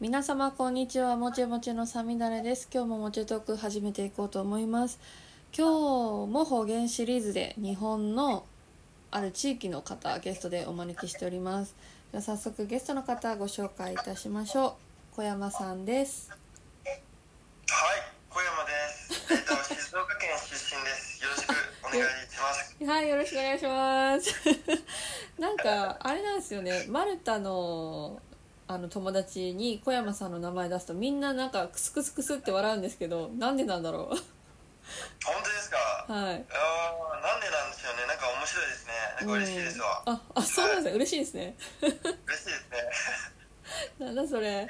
皆様こんにちはもちもちのさみだれです今日ももちトーク始めていこうと思います今日も方言シリーズで日本のある地域の方ゲストでお招きしておりますでは早速ゲストの方ご紹介いたしましょう小山さんですはい、小山です。えっと、静岡県出身です。よろしくお願いします。はい、よろしくお願いします。 なんか、あれなんですよね、マルタの。あの友達に小山さんの名前出すとみんななんかクスクスクスって笑うんですけどなんでなんだろ本当ですか。うはいああ、なんでなんでしょうね。なんか面白いですね。なんか嬉しいですわ。ああそうなんですね嬉しいですね 嬉しいですね。なんだそれはい。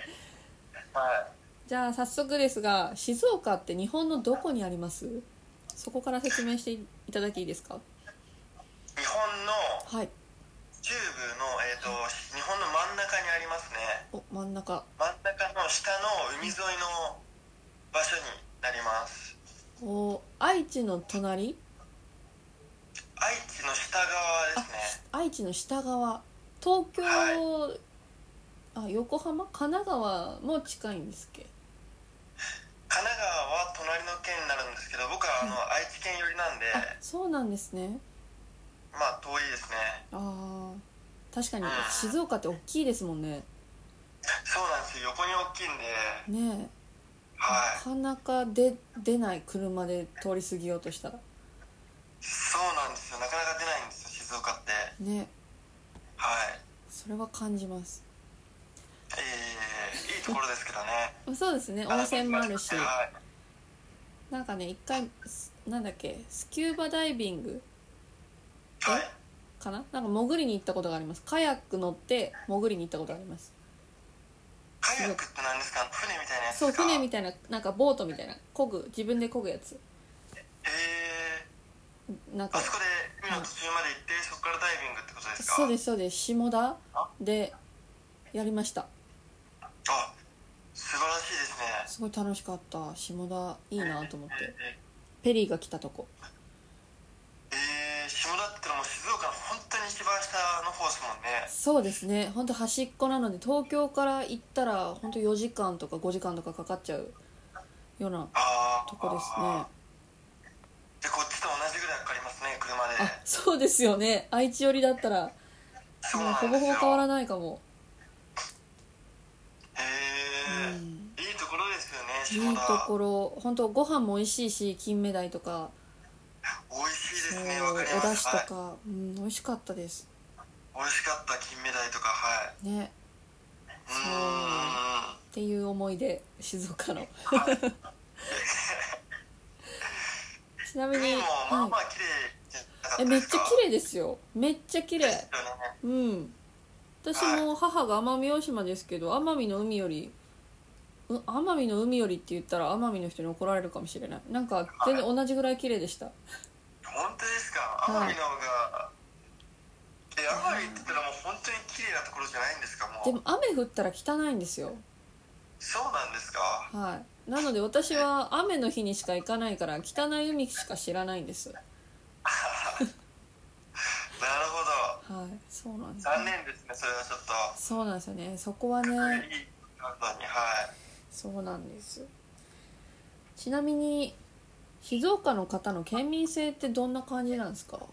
じゃあ早速ですが静岡って日本のどこにありますそこから説明していただきいいですか日本のはい中部の、えっと、日本の真ん中にありますね。お真ん中真ん中の下の海沿いの場所になります。お愛知の隣愛知の下側ですね。愛知の下側東京、はあ横浜神奈川も近いんですっけ神奈川は隣の県になるんですけど、僕はあの愛知県寄りなんで、あそうなんですねまあ遠いですね。あー確かに静岡って大きいですもんねそうなんですよ横に大きいんでねえはないかなかで出ない車で通り過ぎようとしたらそうなんですよなかなか出ないんですよ静岡ってねはいそれは感じますえー、いいところですけどねそうですね温泉もあるしはい、なんかね一回すなんだっけスキューバダイビングはい、かななんか潜りに行ったことがありますカヤック乗って潜りに行ったことがありますカヤックって何ですか船みたいなやつそうですか船みたいななんかボートみたいな漕ぐ自分で漕ぐやつえなんー、あかそこで海の途中まで行って、そこからダイビングってことですかそうですすそうです下田でやりましたあ素晴らしいですねすごい楽しかった下田いいなと思ってえペリーが来たとこーえー、下田ってのも静岡の本当に一番下の方ですもんねそうですねほんと端っこなので東京から行ったらほんと4時間とか5時間とかかかっちゃうようなああとこですねでこっちと同じぐらいかかりますね車であそうですよね愛知寄りだったらそうもうなんですほぼほよぼ変わらないかも、へえ、うんいいところですよね下いい田ところ本当ご飯も美味しいし金目鯛とか美味しいですねそうわかりおま出す汁とか、うん、美味しかったですはい、美味しかった金目鯛とかはいねうーんっていう思い出静岡 のちなみに、海もまあまはあ綺麗じゃなかっい、えためでっすちゃか綺麗ですよめっちゃ綺麗ですよねうん私も母が奄美大島ですけど奄美の海よりう奄美の海よりって言ったら奄美の人に怒られるかもしれないなんか全然同じぐらい綺麗でした本当ですかは奄い美の方がえ奄美って言ったらもう本当に綺麗なところじゃないんですかでももう雨降ったら汚いんですよそうなんですかはいなので私は雨の日にしか行かないから汚い海しか知らないんですなるほどはいそうなんです残念ですねそれはちょっとそうなんですよねそこはねいい感度にはいそうなんですちなみに静岡の方の県民性ってどんな感じなんですかでも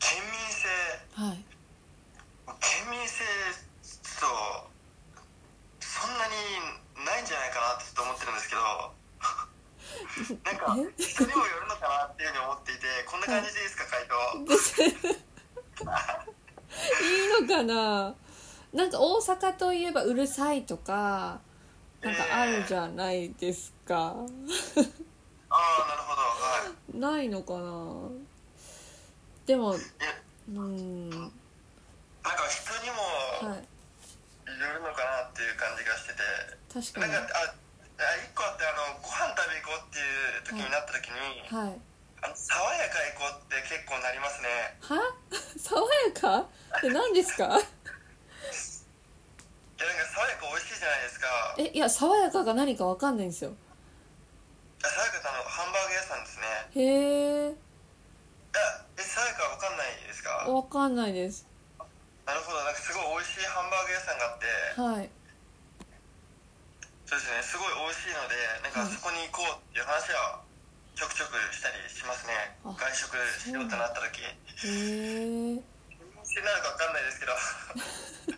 県民性はい県民性ちょっとそんなにないんじゃないかなってちょっと思ってるんですけど なんかえ人にもよるのかなっていうふうに思っていてこんな感じでいいですか回答いいのかななんか大阪といえばうるさいとかなんかあるじゃないですかああなるほどはいないのかなでもいやうんなんか人にもはいよるのかなっていう感じがしてて確かなんにかああ一個あってあのご飯食べ行こうっていう時になった時に、はいあの爽やか行こうって結構なりますねは 爽やかって何ですかいやなんか爽やか美味しいじゃないですかえいや爽やかが何かわかんないんですよあさやかさんのハンバーグ屋さんですねへえいやえさやかわかんないですかわかんないですなるほどなんかすごい美味しいハン屋さんがあってはいそうですねすごい美味しいのでなんかはいそこに行こうっていう話はちょくちょくしたりしますねあ外食しようとなった時へえしてなのか分かんないですけど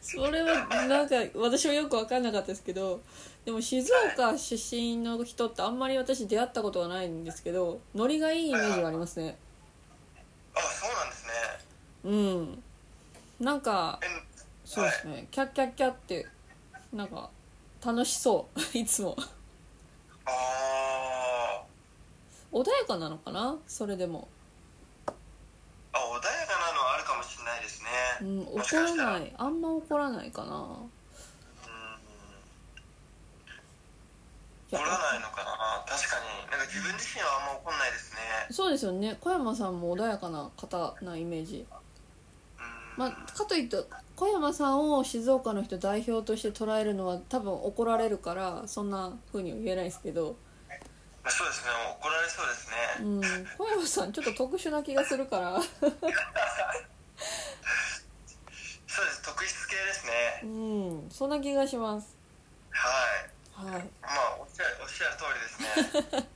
それはなんか私はよく分かんなかったですけどでも静岡出身の人ってあんまり私出会ったことがないんですけどノリがいいイメージがありますねあそうなんですねうんなんかえそうですねキャッキャッキャッってなんか楽しそう いつもあー穏やかなのかなそれでも、あ穏やかなのはあるかもしれないですねうん、怒もしからしたらないあんま怒らないかなうんいや怒らないのかな確かになんか自分自身はあんま怒んないですねそうですよね小山さんも穏やかな方なイメージうんまあ、かといって小山さんを静岡の人代表として捉えるのは多分怒られるからそんな風には言えないですけど、まあそうですね怒られそうですうねん、小山さんちょっと特殊な気がするから、そうです特質系ですねうん、そんな気がしますはいはいまあおっしゃるおっしゃる 通りですね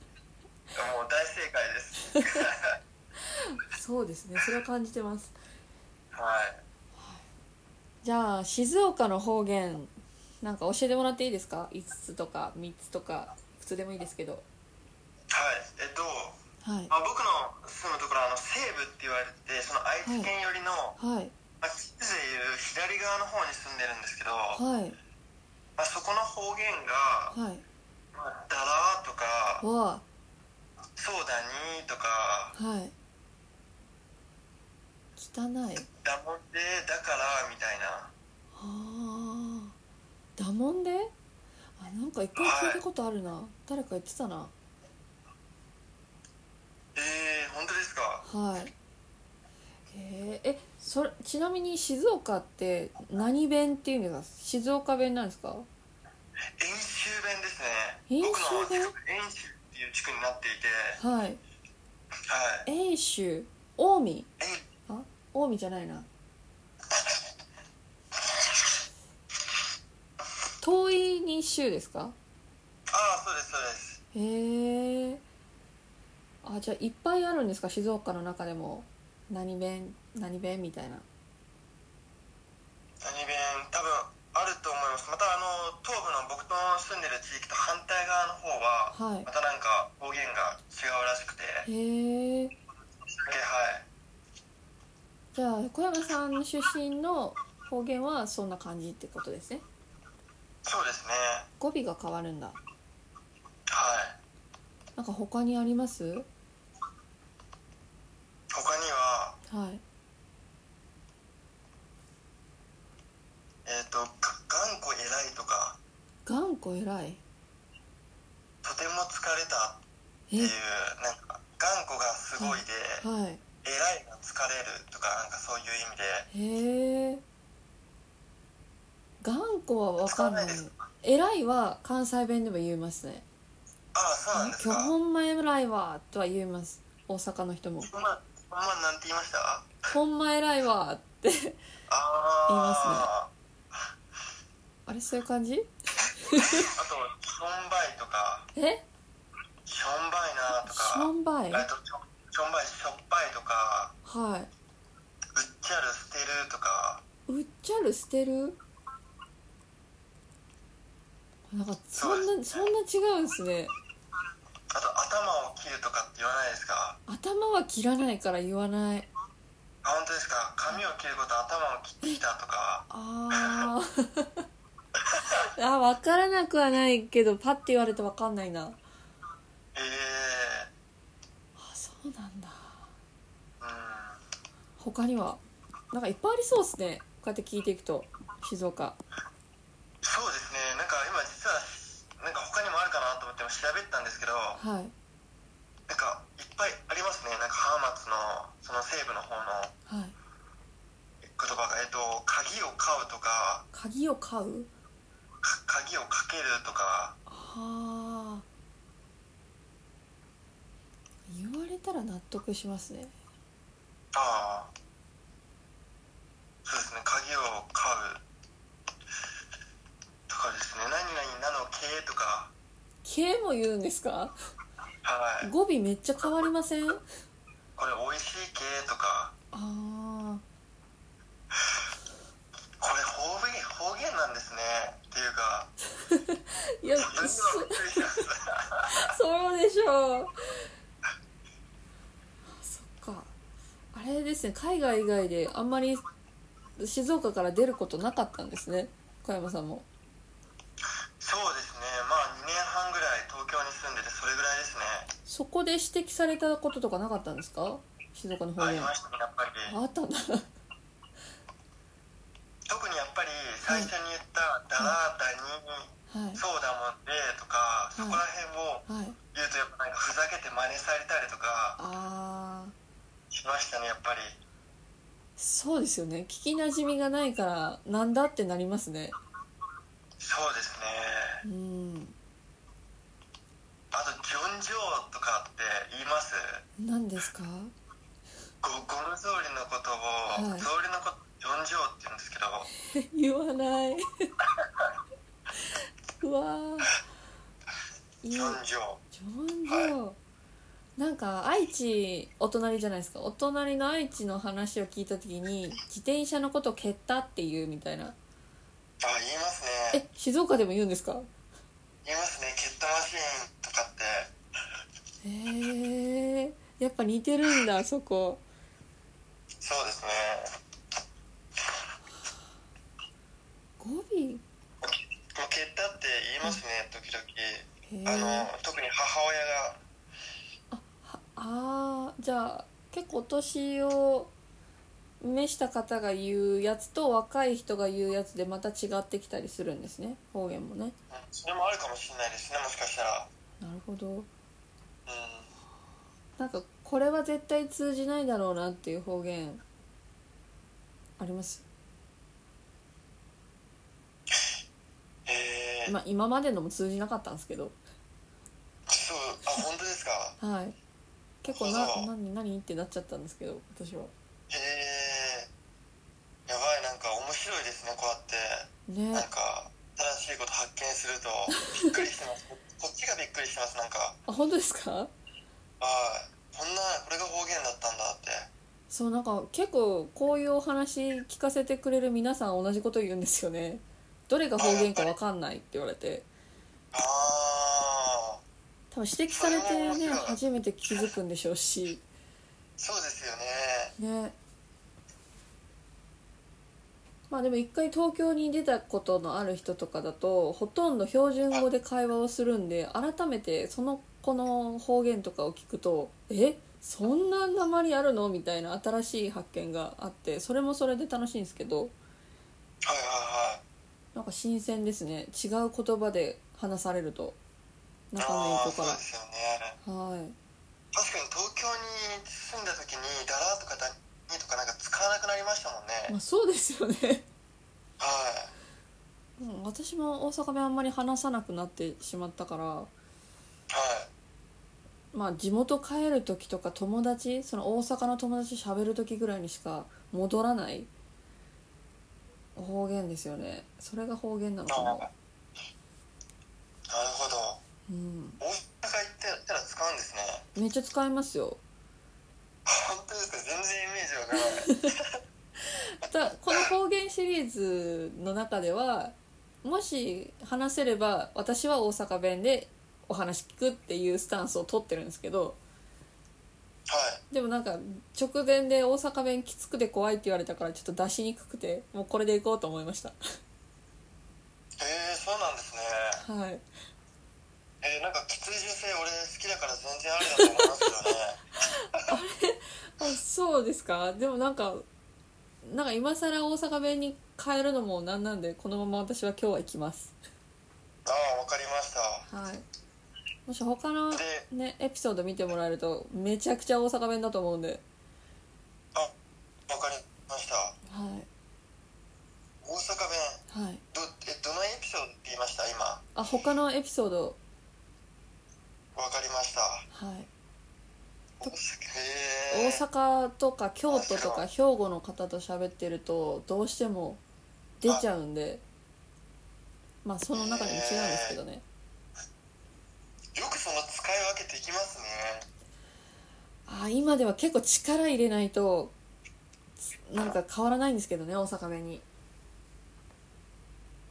もう大正解ですそうですねそれは感じてますはいじゃあ静岡の方言なんか教えてもらっていいですか5つとか3つとか普通でもいいですけどはいえっと、はいまあ、僕の住むところはあの西部って言われてその愛知県寄りの、はいまあ、地図でいう左側の方に住んでるんですけど、はいまあ、そこの方言がはい「まあ、だら」とかわ「そうだに」とかあはい汚い「だもんで」「だから」みたいなああダモンであなんか一回聞いたことあるな、誰か言ってたなえー、本当ですかはいへええそれちなみに静岡って何弁っていうんですか静岡弁なんですか演習弁ですね演習僕の弁演習っていう地区になっていてはいはい遠州近江演あ近江じゃないな遠いに州ですかああそうですそうですへえあじゃあいっぱいあるんですか静岡の中でも何弁何弁みたいな何弁多分あると思いますまたあの東部の僕の住んでる地域と反対側の方ははまたなんか方言が違うらしくてはいへえいじゃあ小山さん出身の方言はそんな感じってことですねそうですね語尾が変わるんだはいなんか他にあります他にははいえっ、とが頑固偉いとか頑固偉いとても疲れたっていうえなんか頑固がすごいではい偉いが疲れるとかなんかそういう意へ味でえ頑固は分かんない使わないです偉いは関西弁でも言いますねああそうなん今です日かほんま偉いわとは言います大阪の人もほんまほんまなんて言いましたあほんま偉いわって言いあまあれそういう感じあと「しょんばい」とかえ「しょんばいな」としょかんばいあと「しょしょんばい」「しょっぱい」とかは「うっちゃる」「捨てる」とかいうっちゃる捨てるなんかそんなそんな違うんですねあと「頭を切る」とかって言わないですか頭は切らないから言わないあ本当ですか髪を切ること頭を切ってきたとかあー あ分からなくはないけどパッて言われて分かんないなええあそうなんだー、うん他にはなんかいっぱいありそうですねこうやって聞いていくと静岡そうですねなんか今実はなんか他にもあるかなと思って調べてたんですけどはいなんかいっぱいありますねなんか浜松のその西部の方のはい言葉がえっと鍵を買うとか鍵を買うか鍵をかけるとかはあ言われたら納得しますねああそうも言うんですかはい語尾めっちゃ変わりませんあこれ美味しい系とかあこれ方言方言なんですねっていうかいや自分ではそびっくりしましたそうでしょうそっかあれですね海外以外であんまり静岡から出ることなかったんですね小山さんもそうですねまあ2年半ぐらい東京に住んでてそれぐらいですねそこで指摘されたこととかなかったんですか静岡の方あり言あましたねやっぱっりたんだ特にやっぱり最初に言った「だらだにはいそうだもんで」とかそこら辺はもい言うとやっぱなんかふざけて真似されたりとかああしましたねやっぱりそうですよね聞きなじみがないからなんだってなりますねそうですねうんあと「ジョンジョー」とかって言います何ですかゴゴム草履のことを、はい草履のことジョンジョーって言うんですけ言わどない うわーいジやョンジョージョンジョーなんか愛知お隣じゃないですかお隣の愛知の話を聞いた時に自転車のことを蹴ったっていうみたいなあ言いますねえ静岡でも言うんですか言いますね蹴ったマシーンとかってへえやっぱ似てるんだそこそうですね語尾もう蹴ったって言いますね時へ々えあの特に母親があーじゃあ結構お年を召した方が言うやつと若い人が言うやつでまた違ってきたりするんですね方言もねうんそれもあるかもしれないですねもしかしたらなるほどうんなんかこれは絶対通じないだろうなっていう方言あります、えー、まあ、今までのも通じなかったんですけどそうあ本当ですかはい結構な「何何?」ってなっちゃったんですけど私はへえー、やばいなんか面白いですねこうやってねなんか新しいこと発見 するとびっくりしてますここっちがびっくりしてますなんかあ本当ですかはいこんなこれが方言だったんだってそうなんか結構こういうお話聞かせてくれる皆さん同じこと言うんですよねどれが方言か分かんないって言われてああ多分指摘されてそねれは面白い初めて気づくんでしょうしそうですよねねまあでも一回東京に出たことのある人とかだとほとんど標準語で会話をするんで改めてその子の方言とかを聞くとえそんな鉛あるのみたいな新しい発見があってそれもそれで楽しいんですけどはいはいはいなんか新鮮ですね違う言葉で話されると仲のいいああー子そかうですよねらはい確かに東京に住んだ時に「だら」とか「だに」とかなんか使わなくなりましたもんねまあそうですよねはいうん私も大阪弁あんまり話さなくなってしまったからはいまあ地元帰る時とか友達その大阪の友達喋る時ぐらいにしか戻らない方言ですよねそれが方言なのかあななるほどうん大阪行ってやったら使うんですねめっちゃ使いますよ本当ですか全然イメージわからないたこの方言シリーズの中ではもし話せれば私は大阪弁でお話聞くっていうスタンスを取ってるんですけどはいでもなんか直前で大阪弁きつくて怖いって言われたからちょっと出しにくくてもうこれでいこうと思いましたえー、そうなんですねはいえー、なんかきつい女性俺好きだから全然ありだと思いますけどね あそうですかでもなんかなんか今更大阪弁に変えるのもなんなんでこのまま私は今日は行きますああわかりましたはいもし他のでねエピソード見てもらえるとめちゃくちゃ大阪弁だと思うんであわかりましたはい大阪弁はいどえどのエピソードって言いました今わあ他のエピソードかりましたはい大阪へ大え阪とか京都とか兵庫の方と喋ってるとどうしても出ちゃうんでまあその中にも違うんですけどねよくその使い分けできますねあ今では結構力入れないとなんか変わらないんですけどね大阪弁に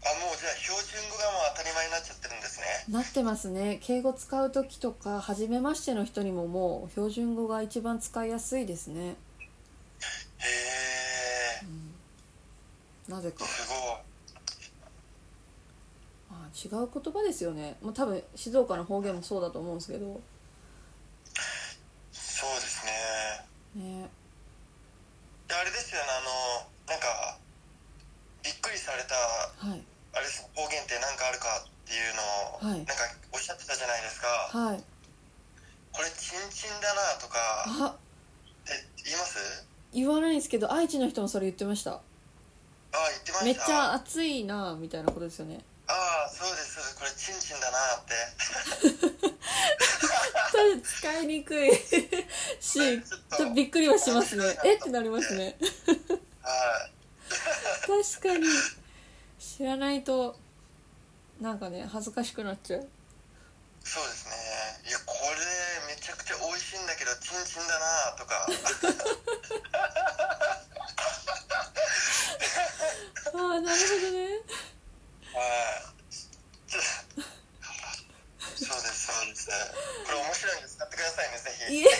あもうじゃあ標準語がもう当たり前になっちゃってるんですねなってますね敬語使う時とか初めましての人にももう標準語が一番使いやすいですね、へえなぜかすごいあ違う言葉ですよね、まあ、多分静岡の方言もそうだと思うんですけどそうですねねであれですよねあのなんかびっくりされたはいあれです方言って何かあるかっていうのを、はいなんかおっしゃってたじゃないですかはいこれチンチンだなとかあって言います言わないんですけど愛知の人もそれ言ってましたああ言ってまめっしちたゃ暑いなみたいなことですよねああそうですそうですこれチンチンだなってそれ使いにくいし ちょっちょっととびっくりはしますねえってなりますねはい確かに知らないとなんかね恥ずかしくなっちゃうそうですねいやこれめちゃくちゃ美味しいんだけどチンチンだなとか ああなるほどねはいちょそうですそうですこれ面白いんで使ってくださいねぜひいえ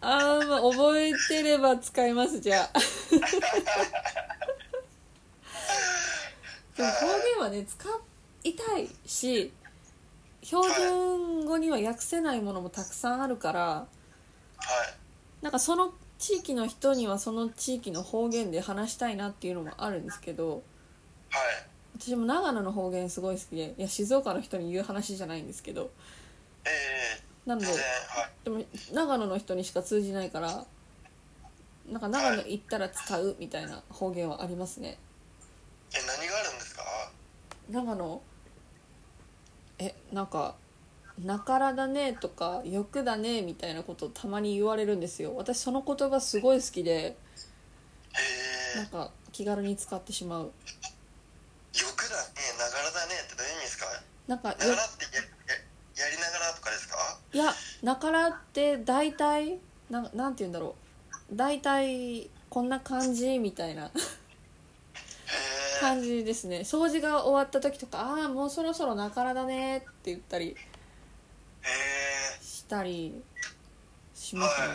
あーまあ覚えてれば使いますじゃあでも方言はね使いたいし標準語には訳せないものもたくさんあるからはいなんかその地域の人にはその地域の方言で話したいなっていうのもあるんですけどはい私も長野の方言すごい好きでいや静岡の人に言う話じゃないんですけどええなので全然はいでも長野の人にしか通じないからなんか長野行ったら使うみたいな方言はありますねえ何があるんですか長野えなんか「なからだね」とか「欲だね」みたいなことたまに言われるんですよ私その言葉すごい好きでえなんか気軽に使ってしまうえ欲だねながらだねってどういう意味ですかなんかよながらってやややりながらとかですかいやなからって大体なんなんて言うんだろう大体こんな感じみたいなへえ感じですね掃除が終わった時とか「ああもうそろそろなからだね」って言ったりへえしたりしますはねい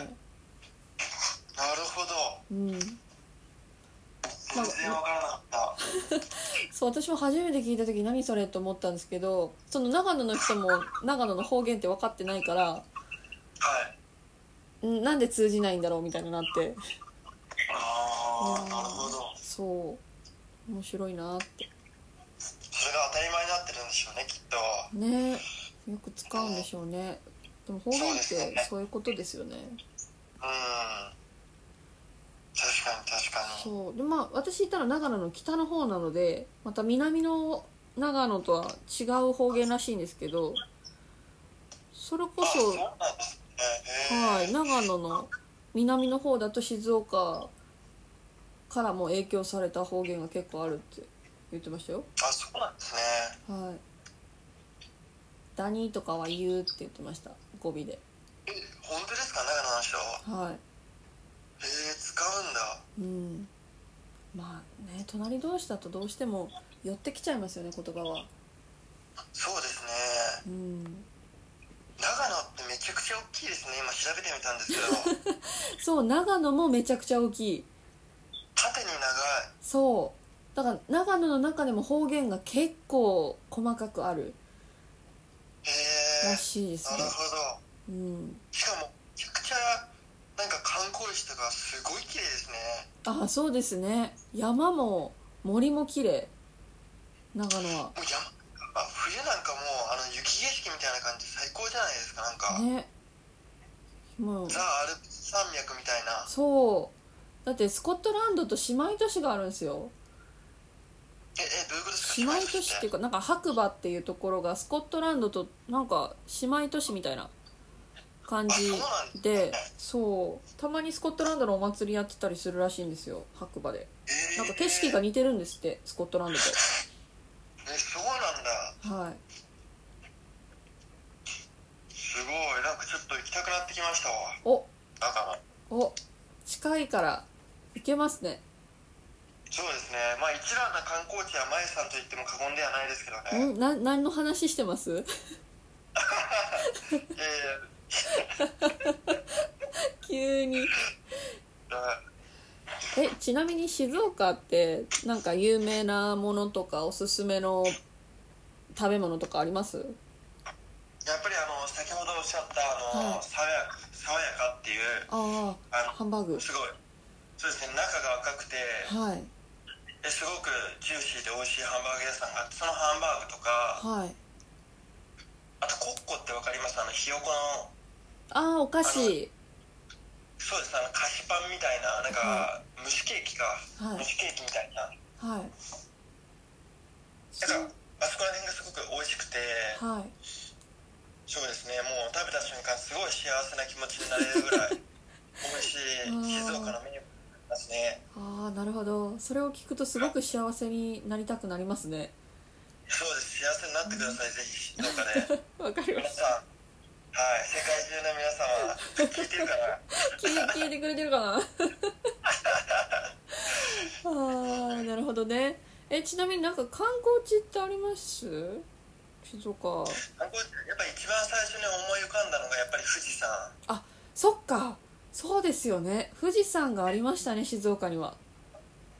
なるほどうん全然わからなかったそう私も初めて聞いた時何それと思ったんですけどその長野の人も長野の方言って分かってないからはいんなんで通じないんだろうみたいになってああうんなるほどそう面白いなってそれが当たり前になってるんでしょうねきっとねよく使うんでしょうねでも方言ってそういうことですよねうん確かに確かにそうでまあ私いたら長野の北の方なのでまた南の長野とは違う方言らしいんですけどそれこあそうそなんですねはへえい、長野の南の方だと静岡からも影響された方言が結構あるって言ってましたよあそうなんですねはいダニーとかは言うって言ってました語尾でえ本当ですか長野の人はへえ使ういんだうんまあね隣同士だとどうしても寄ってきちゃいますよね言葉はそうですうねん長野ってめちゃくちゃ大きいですね今調べてみたんですけ どそう長野もめちゃくちゃ大きい縦に長いそうだから長野の中でも方言が結構細かくあるへらえしいですなねるほどうんしかもめちゃくちゃなんか観光地とかすごい綺麗ですねああそうですね山も森も綺麗長野はもう山あ冬なんかもうあの雪景色みたいな感じ最高じゃないですかなんか、ねもうザ・アルプス山脈みたいなそうだってスコットランドと姉妹都市があるんですよええどういうことですか姉妹都市っていううかなんか白馬っていうところがスコットランドとなんか姉妹都市みたいな感じあそうなんですでそうたまにスコットランドのお祭りやってたりするらしいんですよ白馬でえーなんか景色が似てるんですってスコットランドえそうなんだとはいお近いから行けますねそうですねまあ一覧な観光地はまゆさんと言っても過言ではないですけどねんな何の話してます いやいや急にだえちなみに静岡ってなんか有名なものとかおすすめの食べ物とかありますやっぱりあの先ほどおっしゃったあの、はい爽やか爽やかっていうあああハンバーグのすごいそうですね中が赤くてはいですごくジューシーで美味しいハンバーグ屋さんがあってそのハンバーグとかはいあとコッコってわかりますあのひよこのああお菓子そうですあの菓子パンみたいななんか、蒸しケーキか、はい蒸しケーキみたいなはいなんかあそこら辺がすごく美味しくてはいそうですねもう食べた瞬間すごい幸せな気持ちになれるぐらい 美味しいうん静岡のメニューですねああなるほどそれを聞くとすごく幸せになりたくなりますねそうです幸せになってください、ぜひ静 岡でわかりま皆しさんはい世界中の皆様聞いてるかなた聞い聞いてくれてるかな ああなるほどねえちなみになんか観光地ってあります静岡観光地やっぱ一番最初に思い浮かんだのがやっぱり富士山そっかそうですよね富士山がありましたね静岡には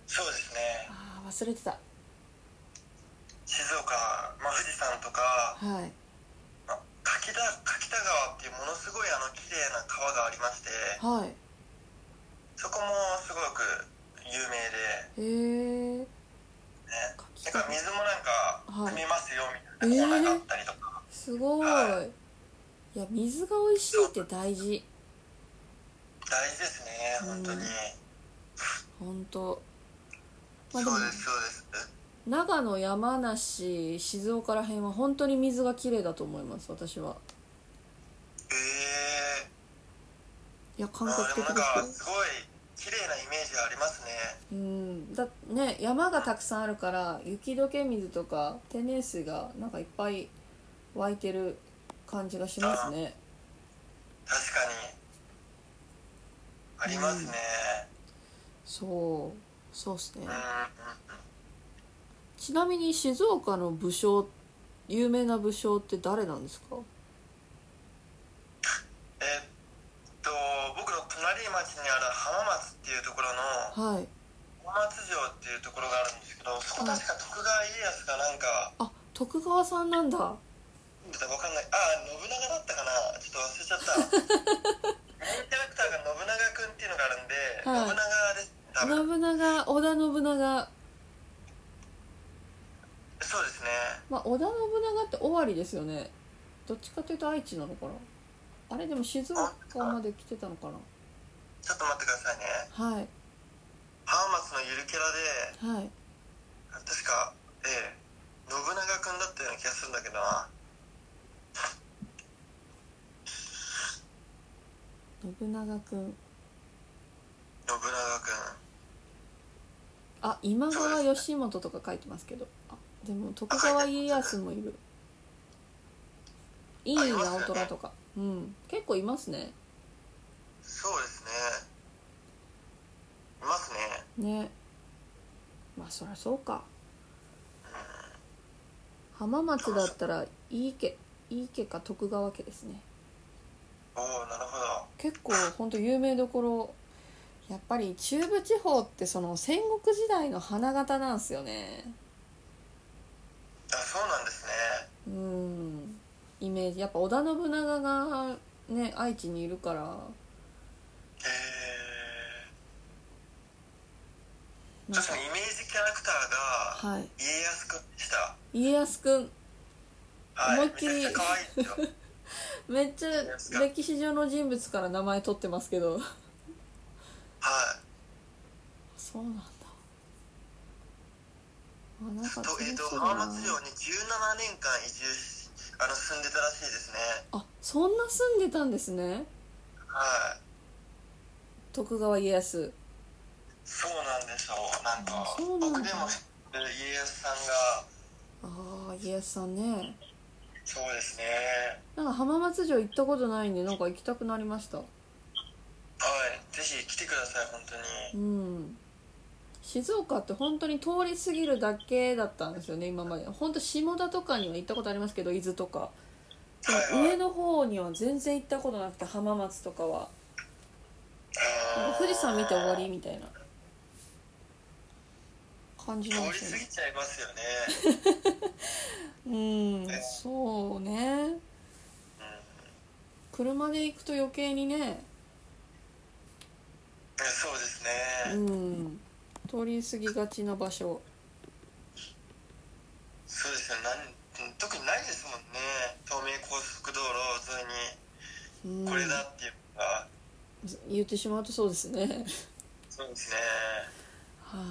そうですねああ忘れてた静岡、まあ、富士山とかはいまあ柿田柿田川っていうものすごいあの綺麗な川がありましてはいそこもすごく有名へでえね柿なんかか水もなんかはい見ますよみたいなコーナーがあったりとか、すごいはいいや水が美味しいって大事大事ですね本当に、うん本当まあでそもうですそうです長野山梨静岡ら辺は本当に水がきれいだと思います私はええいや感あ覚でも的なんでかすすごい綺麗なイメージありますねようんだね山がたくさんあるから雪解け水とか天然水がなんかいっぱい湧いてる感じがしますね確かにありますねそうそうっすねうん、ちなみに静岡の武将有名な武将って誰なんですかえっと僕の隣町にある浜松っていうところのはい浜松城っていうところがあるんですけどそこ確か徳川家康がなんかあ徳川さんなんだちょっとわかんないああ信長だったかなちょっと忘れちゃったメインキャラクターが信長くんっていうのがあるんで、はい信長です多分信長織田信長そうですねまあ、織田信長って尾張ですよねどっちかというと愛知なのかなあれでも静岡まで来てたのかなちょっと待ってくださいねはい浜松のゆるキャラではい確かええ信長くんだったような気がするんだけどな信長くん信長くんあ今川義元とか書いてますけどあでも徳川家康もいるいい青虎とかうん結構いますねそうですねいますねねまあそりゃそうか浜松だったら井伊家井伊家か徳川家ですねおおなるほど結構本当有名どころやっぱり中部地方ってその戦国時代の花形なんですよねあそうなんですねうんイメージやっぱ織田信長がね愛知にいるからへえなん確かかにイメージキャラクターがはい家康くんでした家康くんはい思いっきりめちゃくちゃ可愛いですよめっちゃ家康くん歴史上の人物から名前取ってますけどはそうなんだあなんかいとえっと楽しみだな浜松城に17年間移住しあの住んでたらしいですねあそんな住んでたんですねはい徳川家康そうなんですよなんあかそうなんだ僕でも知ってる家康さんがああ家康さんねそうですねなんか浜松城行ったことないんでなんか行きたくなりましたはいぜひ来てください本当うにん静岡って本当に通り過ぎるだけだったんですよね今まで本当下田とかには行ったことありますけど伊豆とかでもはいは上いの方には全然行ったことなくて浜松とかはなんか富士山見て終わりみたいな感じ通なんでりす過よぎねちゃいますよね、うんねそうねうん車で行くと余計にねそうですね、うん通り過ぎがちな場所そうですよなん特にないですもんね東名高速道路沿ういんにこれだっていうのが、言ってしまうとそうですねそうですね、はい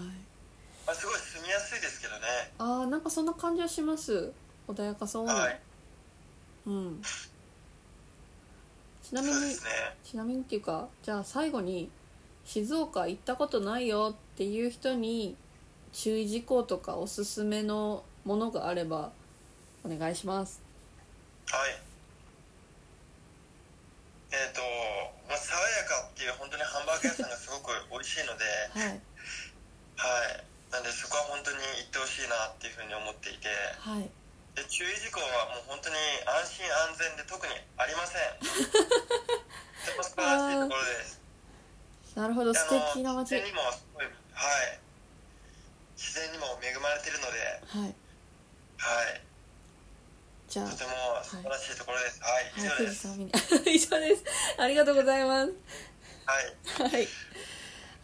まあ、すごい住みやすいですけどねあーなんかそんな感じはします穏やかそうな、はいうんちそなうみでにすねちなみにっていうかじゃあ最後に静岡行ったことないよっていう人に注意事項とかおすすめのものがあればお願いしますはいえっ、と、まあ、爽やかっていう本当にハンバーグ屋さんがすごく美味しいの ではいはいなんでそこは本当に行ってほしいなっていうふうに思っていてはいで注意事項はもう本当に安心安全で特にありません とても素晴らしいところですなるほど素敵な街あはの自然にもすごいはい自然にも恵まれてるのでいはいじゃとあても素晴らしいところですはい、以はい上富で士す山見に 以上ですありがとうございますはいはい、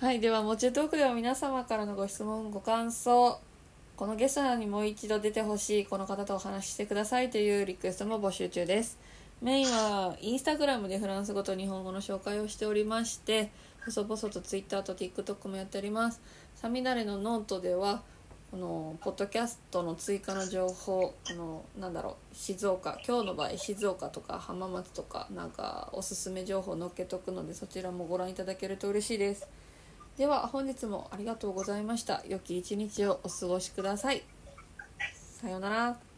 はい、では「もちゅトーク」では皆様からのご質問ご感想このゲストなのにもう一度出てほしいこの方とお話ししてくださいというリクエストも募集中ですメインはインスタグラムでフランス語と日本語の紹介をしておりまして細々と Twitter と TikTok もやっておりますサミダレのノートではこのポッドキャストの追加の情報このなんだろう静岡今日の場合静岡とか浜松とかなんかおすすめ情報載っけとくのでそちらもご覧いただけると嬉しいですでは本日もありがとうございました良き一日をお過ごしくださいさようなら